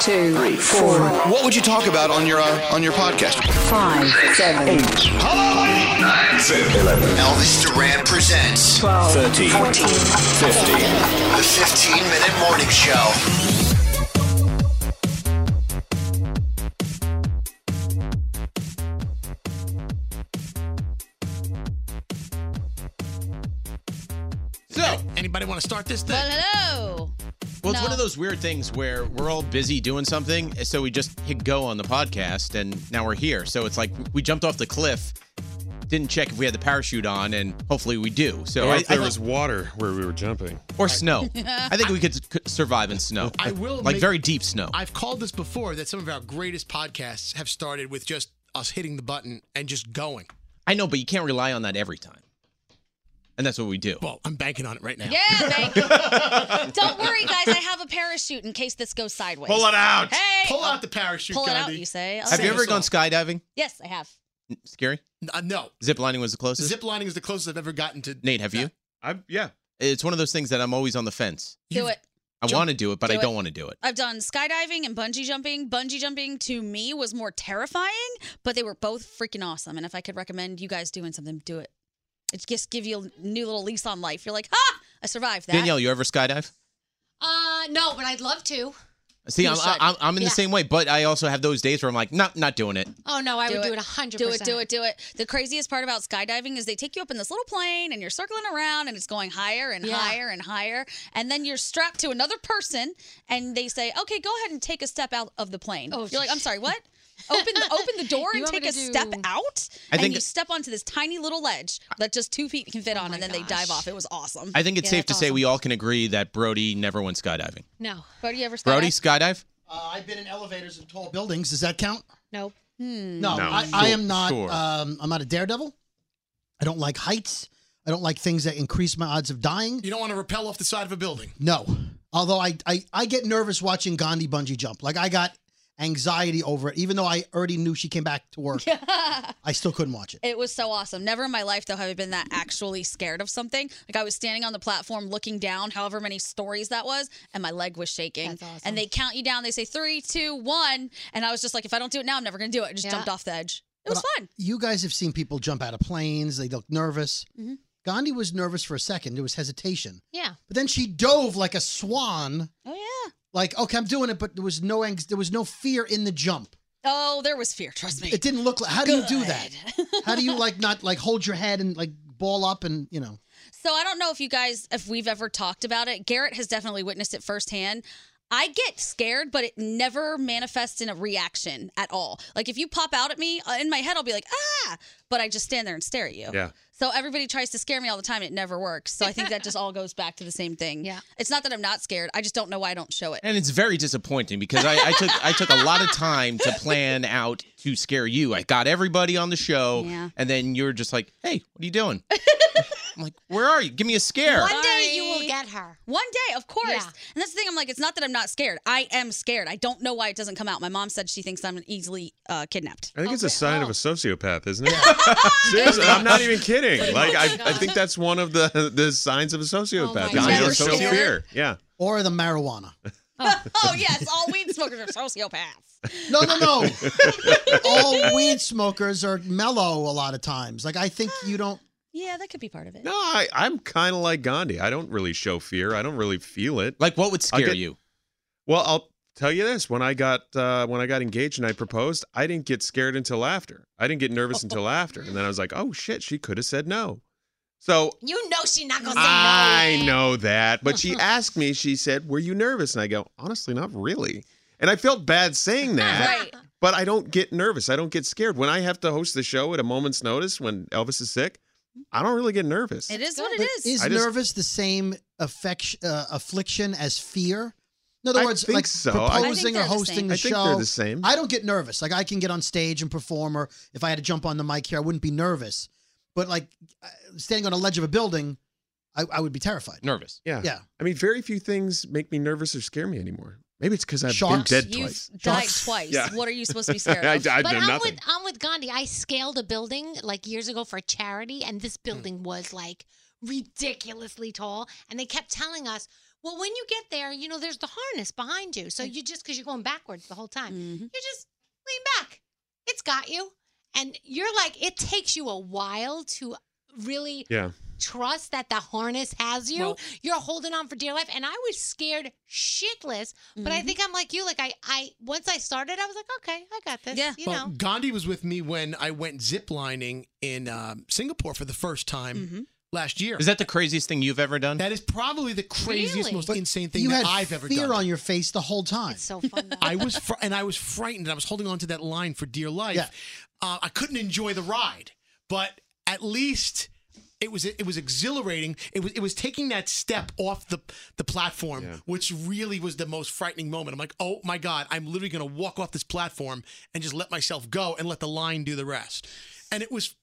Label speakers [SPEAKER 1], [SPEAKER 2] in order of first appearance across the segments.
[SPEAKER 1] two, three, four,
[SPEAKER 2] What would you talk about on your uh, on your podcast?
[SPEAKER 1] five, seven, eight,
[SPEAKER 2] Elvis Duran presents
[SPEAKER 1] twelve, fourteen,
[SPEAKER 2] the 15 minute morning show.
[SPEAKER 3] So, anybody want to start this thing?
[SPEAKER 4] Well, hello.
[SPEAKER 3] Well, it's
[SPEAKER 4] no.
[SPEAKER 3] one of those weird things where we're all busy doing something, so we just hit go on the podcast, and now we're here. So it's like we jumped off the cliff, didn't check if we had the parachute on, and hopefully we do. So
[SPEAKER 5] Or
[SPEAKER 3] I,
[SPEAKER 5] if there
[SPEAKER 3] I-
[SPEAKER 5] was water where we were jumping.
[SPEAKER 3] or snow. I think we could, could survive in snow.
[SPEAKER 6] I will
[SPEAKER 3] like
[SPEAKER 6] make-
[SPEAKER 3] very deep snow.
[SPEAKER 6] I've called this before that some of our greatest podcasts have started with just us hitting the button and just going.
[SPEAKER 3] I know, but you can't rely on that every time, and that's what we do.
[SPEAKER 6] Well, I'm banking on it right now.
[SPEAKER 4] Yeah, thank you. Don't worry, guys. I have a parachute in case this goes sideways.
[SPEAKER 5] Pull it out.
[SPEAKER 4] Hey,
[SPEAKER 6] Pull out the parachute,
[SPEAKER 4] pull it out.
[SPEAKER 6] Gandhi.
[SPEAKER 4] You say. I'll
[SPEAKER 3] Have you
[SPEAKER 4] do it.
[SPEAKER 3] ever gone skydiving?
[SPEAKER 4] Yes, I have.
[SPEAKER 3] Scary.
[SPEAKER 6] Uh, no.
[SPEAKER 3] Zip lining was the closest.
[SPEAKER 6] Zip lining is the closest I've ever gotten to.
[SPEAKER 3] Nate, have you?
[SPEAKER 5] I yeah.
[SPEAKER 3] It's one of those things that I'm always on the fence.
[SPEAKER 4] Do it.
[SPEAKER 3] I
[SPEAKER 6] Jump-
[SPEAKER 3] want to do it, but
[SPEAKER 4] do
[SPEAKER 3] I
[SPEAKER 4] it.
[SPEAKER 3] don't want to do it.
[SPEAKER 4] I've done skydiving and bungee jumping. Bungee jumping to me was more terrifying, but they were both freaking awesome. And if I could recommend you guys doing something, do it. It just gives you a new little lease on life. You're like, ah, I survived that.
[SPEAKER 3] Danielle, you ever skydive?
[SPEAKER 4] Uh, no, but I'd love to.
[SPEAKER 3] See,
[SPEAKER 4] You
[SPEAKER 3] I'm,
[SPEAKER 4] should.
[SPEAKER 3] I'm, I'm in
[SPEAKER 4] Yeah.
[SPEAKER 3] the same way, but I also have those days where I'm like, not not doing
[SPEAKER 6] Mm-hmm.
[SPEAKER 3] it.
[SPEAKER 4] Oh no, I
[SPEAKER 7] would do it
[SPEAKER 4] 100%. Do it, do it, do it. The craziest part about skydiving is they take you up in this little plane and you're circling around and it's going higher and
[SPEAKER 7] Yeah.
[SPEAKER 4] higher and higher and then you're strapped to another person and they say, "Okay, go ahead and take a step out of the plane." Oh, you're like, "I'm sorry, what?" open the open the door and
[SPEAKER 7] You want me
[SPEAKER 4] take a
[SPEAKER 7] to do-
[SPEAKER 4] step out
[SPEAKER 3] I
[SPEAKER 4] and
[SPEAKER 3] think-
[SPEAKER 4] you step onto this tiny little ledge that just 2 feet can
[SPEAKER 7] Oh
[SPEAKER 4] fit on and then they dive off. It was awesome.
[SPEAKER 3] I think it's safe to say we all can agree that Brody never went skydiving.
[SPEAKER 4] No. Brody you ever
[SPEAKER 3] Brody, skydive?
[SPEAKER 8] Uh, I've been in elevators in tall buildings. Does that count?
[SPEAKER 7] Nope.
[SPEAKER 3] No,
[SPEAKER 8] No, I, I
[SPEAKER 3] sure,
[SPEAKER 8] am not.
[SPEAKER 3] sure.
[SPEAKER 8] Um, I'm not a daredevil. I don't like heights. I don't like things that increase my odds of dying.
[SPEAKER 6] You don't want to rappel off the side of a building.
[SPEAKER 8] No. Although I, I, I get nervous watching Gandhi bungee jump. Like I got anxiety over it, even though I already knew she came back to work. I still couldn't watch it.
[SPEAKER 4] It was so awesome. Never in my life, though, have I been that actually scared of something. Like I was standing on the platform looking down, however many stories that was, and my leg was shaking. And they count you down. They say three, two, one. And I was just like, if I don't do it now, I'm never going to do it. I just
[SPEAKER 8] Yeah.
[SPEAKER 4] jumped off the edge. It was
[SPEAKER 8] But I-
[SPEAKER 4] fun.
[SPEAKER 8] You guys have seen people jump out of planes. They look nervous.
[SPEAKER 4] Mm-hmm.
[SPEAKER 8] Gandhi was nervous for a second. There was hesitation.
[SPEAKER 7] Yeah.
[SPEAKER 8] But then she dove like a swan.
[SPEAKER 4] Oh yeah.
[SPEAKER 8] Like okay, I'm doing it, but there was no angst. There was no fear in the jump.
[SPEAKER 4] Oh, there was fear. Trust me.
[SPEAKER 8] It didn't look like. How do you do that? how do you like not like hold your head and like ball up and you know?
[SPEAKER 4] So I don't know if you guys, if we've ever talked about it. Garrett has definitely witnessed it firsthand. I get scared, but it never manifests in a reaction at all. Like if you pop out at me uh, in my head, I'll be like, ah, but I just stand there and stare at you.
[SPEAKER 5] Yeah.
[SPEAKER 4] So everybody tries to scare me all the time. It never works. So I think that just all goes back to the same thing. Yeah. It's not that I'm not scared. I just don't know why I don't show it.
[SPEAKER 3] And it's very disappointing because I, I took I took a lot of time to plan out to scare you. I got everybody on the show,
[SPEAKER 4] Yeah.
[SPEAKER 3] and then you're just like, "Hey, what are you doing?" I'm like, "Where are you? Give me a scare."
[SPEAKER 4] One day you will
[SPEAKER 7] get her.
[SPEAKER 4] One day, of course. And that's the thing. I'm like, it's not that I'm not scared. I am scared. I don't know why it doesn't come out. My mom said she thinks I'm easily uh, kidnapped.
[SPEAKER 5] I think it's a sign of a sociopath, isn't it? Seriously, I'm not even kidding. Like I, I think that's one of the the signs of a sociopath. is
[SPEAKER 8] Oh God.
[SPEAKER 5] you
[SPEAKER 8] You're
[SPEAKER 5] don't show
[SPEAKER 8] scared.
[SPEAKER 5] fear. Yeah.
[SPEAKER 8] Or the marijuana.
[SPEAKER 4] oh yes, all weed smokers are sociopaths.
[SPEAKER 8] No, no, no. All weed smokers are mellow a lot of times. Like I think you don't.
[SPEAKER 4] Yeah, that could be part of it.
[SPEAKER 5] No, I, I'm kind of like Gandhi. I don't really show fear. I don't really feel it.
[SPEAKER 3] Like, what would
[SPEAKER 5] I'll
[SPEAKER 3] scare
[SPEAKER 5] get-
[SPEAKER 3] you?
[SPEAKER 5] Well, I'll tell you this: when I got uh, when I got engaged and I proposed, I didn't get scared until after. I didn't get nervous until after, and then I was like, "Oh shit, she could have said no." So
[SPEAKER 7] You know she's not gonna say
[SPEAKER 5] I know that, but she asked me. She said, "Were you nervous?" And I go, "Honestly, not really." And I felt bad saying that.
[SPEAKER 4] Right.
[SPEAKER 5] But I don't get nervous. I don't get scared when I have to host the show at a moment's notice when Elvis is sick. I don't really get nervous.
[SPEAKER 4] It is what it
[SPEAKER 8] But
[SPEAKER 4] is.
[SPEAKER 8] Is
[SPEAKER 5] I just-
[SPEAKER 8] nervous the same affection, uh, affliction as fear? In other
[SPEAKER 5] I
[SPEAKER 8] words,
[SPEAKER 5] think
[SPEAKER 8] like
[SPEAKER 5] so. I- I think
[SPEAKER 8] proposing
[SPEAKER 5] they're
[SPEAKER 8] or
[SPEAKER 5] the
[SPEAKER 8] hosting
[SPEAKER 5] same.
[SPEAKER 8] the
[SPEAKER 5] I think
[SPEAKER 8] show.
[SPEAKER 5] they're the same.
[SPEAKER 8] I don't get nervous. Like I can get on stage and perform, or if I had to jump on the mic here, I wouldn't be nervous. But like uh, standing on a ledge of a building, I, I would be terrified.
[SPEAKER 3] Nervous.
[SPEAKER 5] Yeah.
[SPEAKER 8] Yeah.
[SPEAKER 5] I mean, very few things make me nervous or scare me anymore. Maybe it's because I've
[SPEAKER 8] Sharks.
[SPEAKER 5] been dead
[SPEAKER 8] You've
[SPEAKER 5] twice.
[SPEAKER 4] Died twice.
[SPEAKER 5] Yeah.
[SPEAKER 4] What are you supposed to be scared
[SPEAKER 5] I
[SPEAKER 4] of?
[SPEAKER 5] died. I
[SPEAKER 7] but
[SPEAKER 5] know
[SPEAKER 7] I'm
[SPEAKER 5] nothing.
[SPEAKER 7] with I'm with Gandhi. I scaled a building like years ago for a charity, and this
[SPEAKER 5] Hmm.
[SPEAKER 7] building was like ridiculously tall. And they kept telling us, "Well, when you get there, you know, there's the harness behind you, so
[SPEAKER 4] Hmm.
[SPEAKER 7] you just because you're going backwards the whole time,
[SPEAKER 4] Mm-hmm.
[SPEAKER 7] you just lean back. It's got you." And you're like, it takes you a while to really
[SPEAKER 5] Yeah.
[SPEAKER 7] trust that the harness has you.
[SPEAKER 5] Well-
[SPEAKER 7] You're holding on for dear life. And I was scared shitless, but I
[SPEAKER 6] Mhm.
[SPEAKER 7] think I'm like you. Like I, I once I started, I was like, okay, I got this. Yeah, you
[SPEAKER 6] Well,
[SPEAKER 7] know.
[SPEAKER 6] Gandhi was with me when I went ziplining in um, Singapore for the first time
[SPEAKER 4] Mm-hmm.
[SPEAKER 6] last year.
[SPEAKER 3] Is that the craziest thing you've ever done?
[SPEAKER 6] That is probably the craziest, most insane thing
[SPEAKER 8] you
[SPEAKER 6] that
[SPEAKER 8] had
[SPEAKER 6] I've ever
[SPEAKER 8] fear
[SPEAKER 6] done.
[SPEAKER 8] on your face the whole time. It's
[SPEAKER 7] so fun.
[SPEAKER 6] I was fr- and I was frightened. I was holding on to that line for dear life. Uh, I couldn't enjoy the ride, but at least it was it was exhilarating. It was it was taking that step off the the platform, which really was the most frightening moment. I'm like, oh my god, I'm literally going to walk off this platform and just let myself go and let the line do the rest. And it was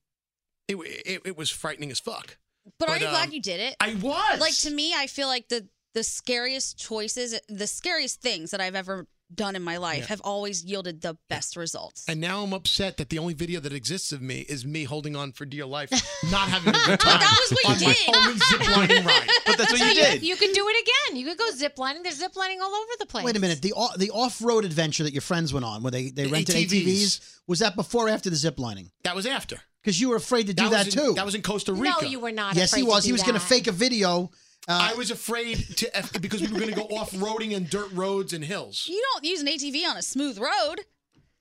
[SPEAKER 6] it it, it was frightening as fuck.
[SPEAKER 4] But, are you
[SPEAKER 6] um,
[SPEAKER 4] glad you did it?
[SPEAKER 6] I was.
[SPEAKER 4] Like to me, I feel like the the scariest choices, the scariest things that I've ever done in my life
[SPEAKER 6] Yeah.
[SPEAKER 4] have always yielded the best results.
[SPEAKER 6] And now I'm upset that the only video that exists of me is me holding on for dear life, not having a good time.
[SPEAKER 7] That was what you
[SPEAKER 6] on
[SPEAKER 7] did.
[SPEAKER 6] My own ziplining ride.
[SPEAKER 3] But that's
[SPEAKER 7] So You could do it again. You could go ziplining. There's ziplining all over the place.
[SPEAKER 8] Wait a minute. The o- the off road adventure that your friends went on, where they they
[SPEAKER 6] The
[SPEAKER 8] rented ATVs,
[SPEAKER 6] ATVs.
[SPEAKER 8] was that before or after the zip lining?
[SPEAKER 6] That was after.
[SPEAKER 8] Because you were afraid to do
[SPEAKER 6] That
[SPEAKER 8] that,
[SPEAKER 6] was in-
[SPEAKER 8] too.
[SPEAKER 6] that was in Costa
[SPEAKER 7] No, you were not.
[SPEAKER 8] yes, he
[SPEAKER 7] afraid to
[SPEAKER 8] was.
[SPEAKER 7] do
[SPEAKER 8] He was going to
[SPEAKER 7] that.
[SPEAKER 8] fake a video uh,
[SPEAKER 6] I was afraid to F- because we were going to go off roading and dirt roads and hills.
[SPEAKER 4] You don't use an ATV on a smooth road.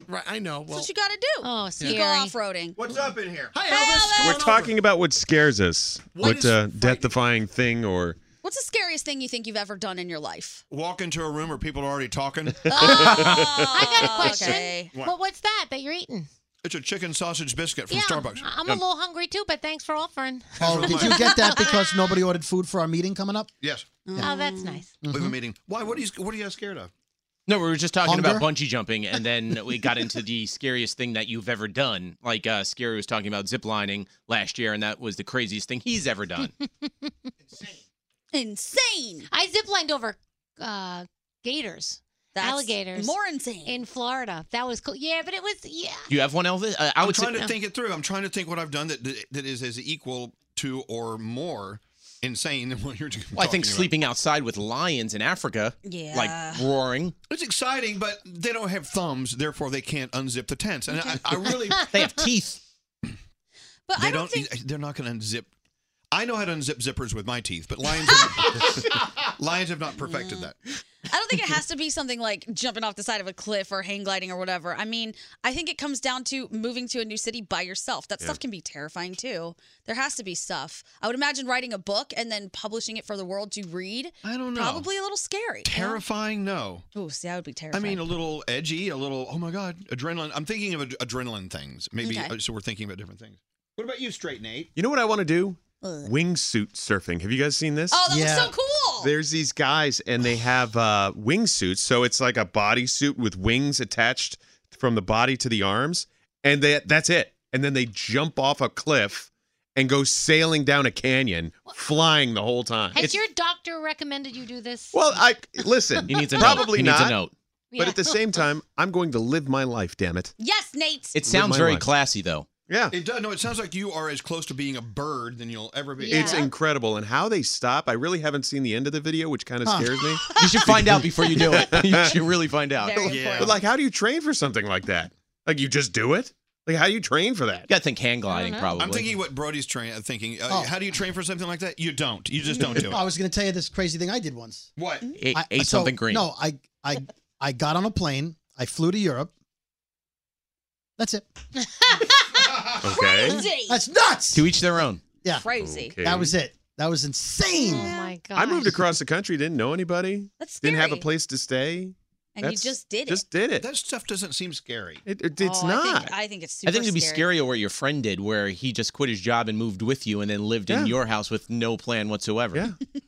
[SPEAKER 6] Right, I know.
[SPEAKER 4] That's
[SPEAKER 6] Well,
[SPEAKER 4] what you got to do. Oh,
[SPEAKER 6] scary.
[SPEAKER 4] You go off roading.
[SPEAKER 6] What's up in here? Hi,
[SPEAKER 5] We're talking about what scares us.
[SPEAKER 4] What
[SPEAKER 5] What,
[SPEAKER 4] is
[SPEAKER 5] uh, death defying thing or.
[SPEAKER 4] What's the scariest thing you think you've ever done in your life?
[SPEAKER 9] Walk into a room where people are already talking.
[SPEAKER 7] Ah, I got a question.
[SPEAKER 4] okay.
[SPEAKER 7] Well, what's that that you're eating?
[SPEAKER 9] It's a chicken sausage biscuit from Starbucks.
[SPEAKER 7] I'm a little hungry too, but thanks for offering.
[SPEAKER 8] Oh, did you get that because nobody ordered food for our meeting coming up?
[SPEAKER 9] Yes.
[SPEAKER 7] Oh, that's nice.
[SPEAKER 9] We have a meeting. Why? What are you? What are you guys scared of?
[SPEAKER 3] No, we were just talking about
[SPEAKER 9] Hunger?
[SPEAKER 3] bungee jumping, and then we got into the scariest thing that you've ever done. Like uh, Scary was talking about ziplining last year, and that was the craziest thing he's ever done.
[SPEAKER 4] Insane.
[SPEAKER 7] I ziplined over uh, gators,
[SPEAKER 4] That's
[SPEAKER 7] alligators.
[SPEAKER 4] more insane.
[SPEAKER 7] In Florida. That was cool. Yeah, but it was, yeah.
[SPEAKER 3] Do you have one, Elvis? Uh, I
[SPEAKER 9] I'm
[SPEAKER 3] would say-
[SPEAKER 9] trying to think it through. I'm trying to think what I've done that that, that is as equal to or more insane than what you're doing.
[SPEAKER 3] Well, I think sleeping outside with lions in Africa,
[SPEAKER 9] Yeah.
[SPEAKER 3] like roaring.
[SPEAKER 9] It's exciting, but they don't have thumbs, therefore they can't unzip the tents. And I, I really
[SPEAKER 3] they have teeth.
[SPEAKER 4] But
[SPEAKER 9] they don't. e, They're not going to unzip. I know how to unzip zippers with my teeth, but lions have, lions have not perfected that.
[SPEAKER 4] I don't think it has to be something like jumping off the side of a cliff or hang gliding or whatever. I mean, I think it comes down to moving to a new city by yourself. That
[SPEAKER 9] Yeah.
[SPEAKER 4] stuff can be terrifying too. There has to be stuff. I would imagine writing a book and then publishing it for the world to read.
[SPEAKER 9] I don't know.
[SPEAKER 4] Probably a little scary.
[SPEAKER 9] Terrifying? No.
[SPEAKER 4] Oh, see, I would
[SPEAKER 9] I
[SPEAKER 4] be terrified.
[SPEAKER 9] mean, a little edgy, a little. Oh my God, adrenaline. I'm thinking of ad- adrenaline things. Maybe
[SPEAKER 4] Okay.
[SPEAKER 9] uh, so. We're thinking about different things. What about you, straight Nate?
[SPEAKER 5] You know what I want to do?
[SPEAKER 4] Ugh.
[SPEAKER 5] Wingsuit surfing. Have you guys seen this?
[SPEAKER 4] Oh, that looks so cool.
[SPEAKER 5] There's these guys and they have uh, wingsuits. So it's like a bodysuit with wings attached from the body to the arms. And they, that's it. And then they jump off a cliff and go sailing down a canyon, flying the whole time.
[SPEAKER 7] Has
[SPEAKER 5] It's-
[SPEAKER 7] your doctor recommended you do this?
[SPEAKER 5] well, I listen. He
[SPEAKER 3] needs a note.
[SPEAKER 5] probably
[SPEAKER 3] He needs
[SPEAKER 5] not.
[SPEAKER 3] a note.
[SPEAKER 5] But at the
[SPEAKER 7] Yeah.
[SPEAKER 5] same time, I'm going to live my life. Damn it.
[SPEAKER 4] yes, Nate.
[SPEAKER 5] It sounds very life.
[SPEAKER 3] classy, though.
[SPEAKER 5] Yeah.
[SPEAKER 9] It does. No, it sounds like you are as close to being a bird than you'll ever be.
[SPEAKER 5] It's incredible. And how they stop, I really haven't seen the end of the video, which kind of
[SPEAKER 9] Huh.
[SPEAKER 5] scares me.
[SPEAKER 3] You should find out before you do it. You should really find out.
[SPEAKER 5] But,
[SPEAKER 3] Yeah.
[SPEAKER 5] like, how do you train for something like that? Like, you just do it? Like, how do you train for that? You
[SPEAKER 3] got to think hand gliding,
[SPEAKER 9] I'm thinking what Brody's train thinking. Uh, How do you train for something like that? You don't. You just don't do it.
[SPEAKER 8] I was going to tell you this crazy thing I did once.
[SPEAKER 9] What?
[SPEAKER 3] Ate-
[SPEAKER 8] I-
[SPEAKER 3] ate
[SPEAKER 8] so-
[SPEAKER 3] something green.
[SPEAKER 8] No, I, I, I got on a plane. I flew to Europe. That's it.
[SPEAKER 5] Okay.
[SPEAKER 8] That's nuts.
[SPEAKER 3] To each their own.
[SPEAKER 8] Yeah.
[SPEAKER 4] Crazy.
[SPEAKER 5] Okay.
[SPEAKER 8] That was it. That was insane. Oh
[SPEAKER 7] my
[SPEAKER 5] I moved across the country, didn't know anybody,
[SPEAKER 4] That's
[SPEAKER 5] didn't have a
[SPEAKER 4] scary.
[SPEAKER 5] place to stay.
[SPEAKER 4] And you just did it.
[SPEAKER 5] Just did it.
[SPEAKER 9] That stuff doesn't seem scary.
[SPEAKER 5] It, it- it's
[SPEAKER 4] Oh, I think-
[SPEAKER 5] not.
[SPEAKER 4] I think it's super
[SPEAKER 3] I think it'd be
[SPEAKER 4] scary.
[SPEAKER 3] scarier what your friend did, where he just quit his job and moved with you, and then lived
[SPEAKER 5] Yeah.
[SPEAKER 3] in your house with no plan whatsoever.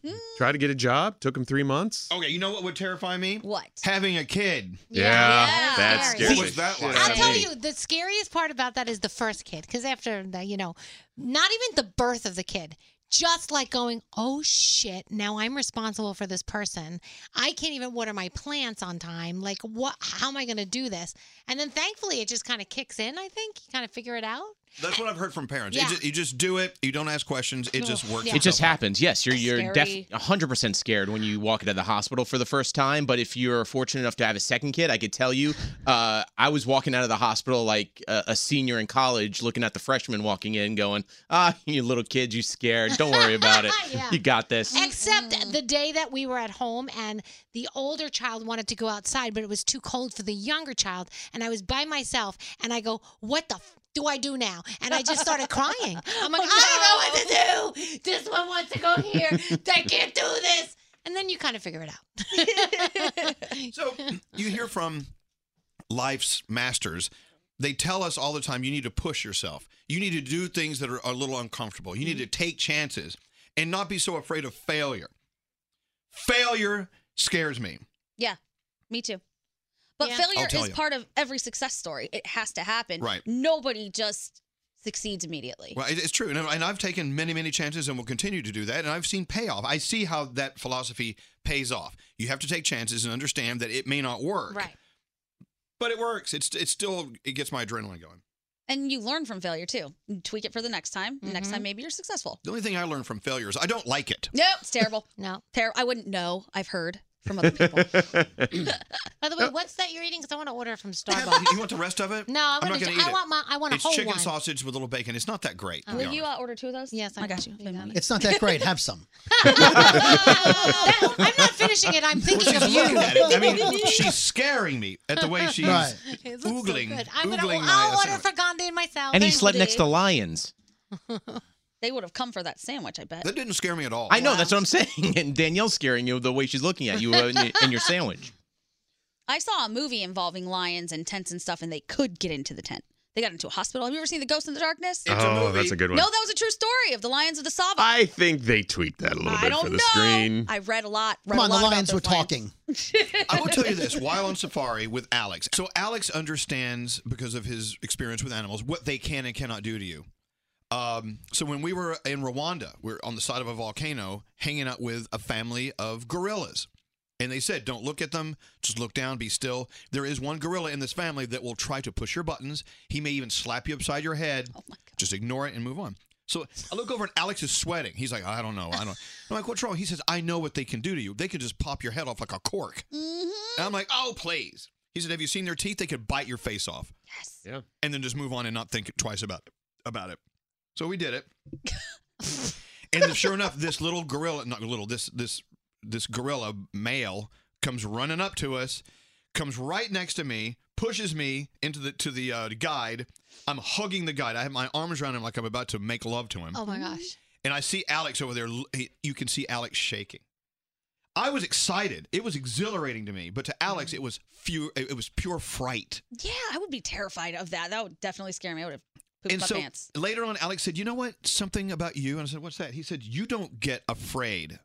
[SPEAKER 5] Yeah. Tried to get a job, took him three months.
[SPEAKER 9] Okay, you know what would terrify me?
[SPEAKER 4] What?
[SPEAKER 9] Having a kid.
[SPEAKER 5] Yeah, Yeah. that's
[SPEAKER 9] What
[SPEAKER 5] scary.
[SPEAKER 9] was that like?
[SPEAKER 7] I'll tell you, the scariest part about that is the first kid, because after the, you know, not even the birth of the kid, just like going, oh shit, now I'm responsible for this person. I can't even water my plants on time. Like, what? How am I going to do this? And then thankfully, it just kind of kicks in. I think you kind of figure it out.
[SPEAKER 9] That's what I've heard from parents. You,
[SPEAKER 7] Yeah.
[SPEAKER 9] just, you just do it. You don't ask questions. It just
[SPEAKER 7] Oh,
[SPEAKER 9] works.
[SPEAKER 3] It just
[SPEAKER 9] itself out.
[SPEAKER 3] happens. Yes, you're you're def-
[SPEAKER 9] Scary.
[SPEAKER 3] 100% scared when you walk into the hospital for the first time. But if you're fortunate enough to have a second kid, I could tell you, uh, I was walking out of the hospital like a, a senior in college, looking at the freshman walking in, going, "Ah, you little kids, you scared. Don't worry about it. You got this."
[SPEAKER 7] Except the day that we were at home and the older child wanted to go outside, but it was too cold for the younger child. And I was by myself and I go, What the f- do I do now? And I just started crying. I'm like, I don't know what to do. This one wants to go here. They can't do this. And then you kind of figure it out.
[SPEAKER 9] so, You hear from life's masters. They tell us all the time you need to push yourself. You need to do things that are a little uncomfortable. You need to take chances and not be so afraid of failure. Failure scares me.
[SPEAKER 4] Yeah, me too. But
[SPEAKER 7] Yeah.
[SPEAKER 9] I'll
[SPEAKER 4] failure
[SPEAKER 9] tell
[SPEAKER 4] is
[SPEAKER 9] you.
[SPEAKER 4] part of every success story. It has to happen.
[SPEAKER 9] Right.
[SPEAKER 4] Nobody just succeeds immediately.
[SPEAKER 9] Well, it- it's true. And, I- and I've taken many, many chances and will continue to do that. And I've seen payoff. I see how that philosophy pays off. You have to take chances and understand that it may not work.
[SPEAKER 4] Right.
[SPEAKER 9] But it works. It's, it's still, it gets my adrenaline going.
[SPEAKER 4] And you learn from failure too. You tweak it for the next time. The Next
[SPEAKER 7] Mm-hmm.
[SPEAKER 4] time, maybe you're successful.
[SPEAKER 9] The only thing I learned from failure is I don't like it.
[SPEAKER 4] No, it's terrible.
[SPEAKER 7] no.
[SPEAKER 4] Ter- I wouldn't know. I've heard.
[SPEAKER 7] from other people.
[SPEAKER 10] By the way, what's that you're eating? Because I want to order from Starbucks.
[SPEAKER 9] You want the rest of it?
[SPEAKER 10] No, I
[SPEAKER 9] I'm
[SPEAKER 10] wanna
[SPEAKER 9] not gonna
[SPEAKER 10] ju-
[SPEAKER 9] eat
[SPEAKER 10] I
[SPEAKER 9] it.
[SPEAKER 10] want my- I want a
[SPEAKER 9] it's
[SPEAKER 10] whole
[SPEAKER 9] chicken
[SPEAKER 10] one.
[SPEAKER 9] sausage with a little bacon. It's not that great. to be
[SPEAKER 4] Will you uh, order two of those? Yes, I, got you.
[SPEAKER 8] It's not that great. Have some.
[SPEAKER 7] I'm not finishing it. I'm
[SPEAKER 9] honest.
[SPEAKER 7] thinking
[SPEAKER 9] Well,
[SPEAKER 7] of
[SPEAKER 9] she's
[SPEAKER 7] you.
[SPEAKER 9] looking at it. I mean, she's scaring me at the way she's
[SPEAKER 3] Right.
[SPEAKER 7] It looks
[SPEAKER 9] oogling,
[SPEAKER 7] So good. I'm gonna,
[SPEAKER 9] oogling
[SPEAKER 7] I'll
[SPEAKER 9] my
[SPEAKER 7] order for Gandhi and myself.
[SPEAKER 3] And he slept next to lions.
[SPEAKER 4] They would have come for that sandwich, I bet.
[SPEAKER 9] That didn't scare me at all.
[SPEAKER 3] I know that's what I'm saying. And Danielle's scaring you the way she's looking at you uh, in, in your sandwich.
[SPEAKER 4] I saw a movie involving lions and tents and stuff, and they could get into the tent. They got into a hospital. Have you ever seen The Ghost in the Darkness?
[SPEAKER 5] It's a Oh, movie. that's a good one.
[SPEAKER 4] No, that was a true story of the lions of the Sava.
[SPEAKER 5] I think they tweaked that a little
[SPEAKER 4] I
[SPEAKER 5] bit
[SPEAKER 4] don't
[SPEAKER 5] for the
[SPEAKER 4] know.
[SPEAKER 5] screen.
[SPEAKER 4] I read a lot. Read
[SPEAKER 8] Come on,
[SPEAKER 4] a
[SPEAKER 8] the
[SPEAKER 4] lot
[SPEAKER 8] lions were
[SPEAKER 4] about
[SPEAKER 8] talking.
[SPEAKER 9] I will tell you this while on safari with Alex. So Alex understands because of his experience with animals what they can and cannot do to you. Um, so when we were in Rwanda, we are on the side of a volcano hanging out with a family of gorillas. And they said, don't look at them, just look down, be still. There is one gorilla in this family that will try to push your buttons. He may even slap you upside your head. Just ignore it and move on. So I look over and Alex is sweating. He's like, I don't know. I don't. I'm like, what's wrong? He says, I know what they can do to you. They can just pop your head off like a cork.
[SPEAKER 10] Mm-hmm.
[SPEAKER 9] And I'm like, oh, please. He said, have you seen their teeth? They could bite your face off. Yes.
[SPEAKER 5] Yeah.
[SPEAKER 9] And then just move on and not think twice about it. About it. So we did it. and sure enough, this little gorilla, not little, this this this gorilla male comes running up to us, comes right next to me, pushes me into the to the uh, guide. I'm hugging the guide. I have my arms around him like I'm about to make love to him.
[SPEAKER 10] Oh my gosh.
[SPEAKER 9] And I see Alex over there. l- he- You can see Alex shaking. I was excited. It was exhilarating to me, but to
[SPEAKER 4] Mm-hmm.
[SPEAKER 9] Alex, it was few. It it was pure fright.
[SPEAKER 4] lions. Yeah, I would be terrified of that. That would definitely scare me. I would have pooped
[SPEAKER 9] and
[SPEAKER 4] my
[SPEAKER 9] so
[SPEAKER 4] pants.
[SPEAKER 9] later on, Alex said, "You know what? Something about you." And I said, "What's that?" He said, "You don't get afraid."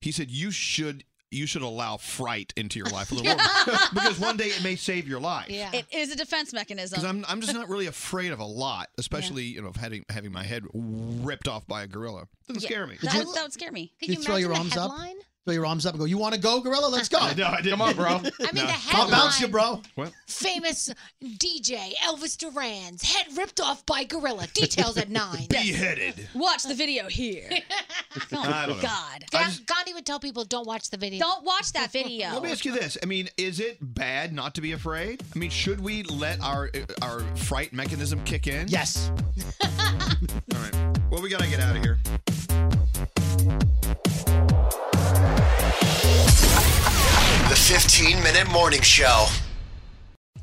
[SPEAKER 9] He said, "You should." You should allow fright into your life a little more because one day it may save your life.
[SPEAKER 4] It is a defense mechanism.
[SPEAKER 9] Because I'm, I'm just not really afraid of a lot, especially you know of having having my head ripped off by a gorilla. Doesn't
[SPEAKER 4] Yeah,
[SPEAKER 9] scare me.
[SPEAKER 4] That, would- that would scare me.
[SPEAKER 8] Did you throw your arms up? Throw your arms up and go. You want to go, gorilla? Let's go.
[SPEAKER 9] No, I didn't. Come on, bro. I mean,
[SPEAKER 8] the I'll
[SPEAKER 10] headline-
[SPEAKER 8] bounce you, bro.
[SPEAKER 9] What?
[SPEAKER 10] Famous DJ Elvis Duran's head ripped off by gorilla. Details at nine.
[SPEAKER 9] Beheaded.
[SPEAKER 4] Watch the video here. Oh,
[SPEAKER 9] I don't know.
[SPEAKER 4] God.
[SPEAKER 9] I just-
[SPEAKER 10] Gandhi would tell people, "Don't watch the video.
[SPEAKER 4] Don't watch that video."
[SPEAKER 9] Let me ask you this. I mean, is it bad not to be afraid? I mean, should we let our our fright mechanism kick in?
[SPEAKER 8] Yes.
[SPEAKER 9] All right. Well, we gotta get out of here.
[SPEAKER 2] The 15 minute morning show.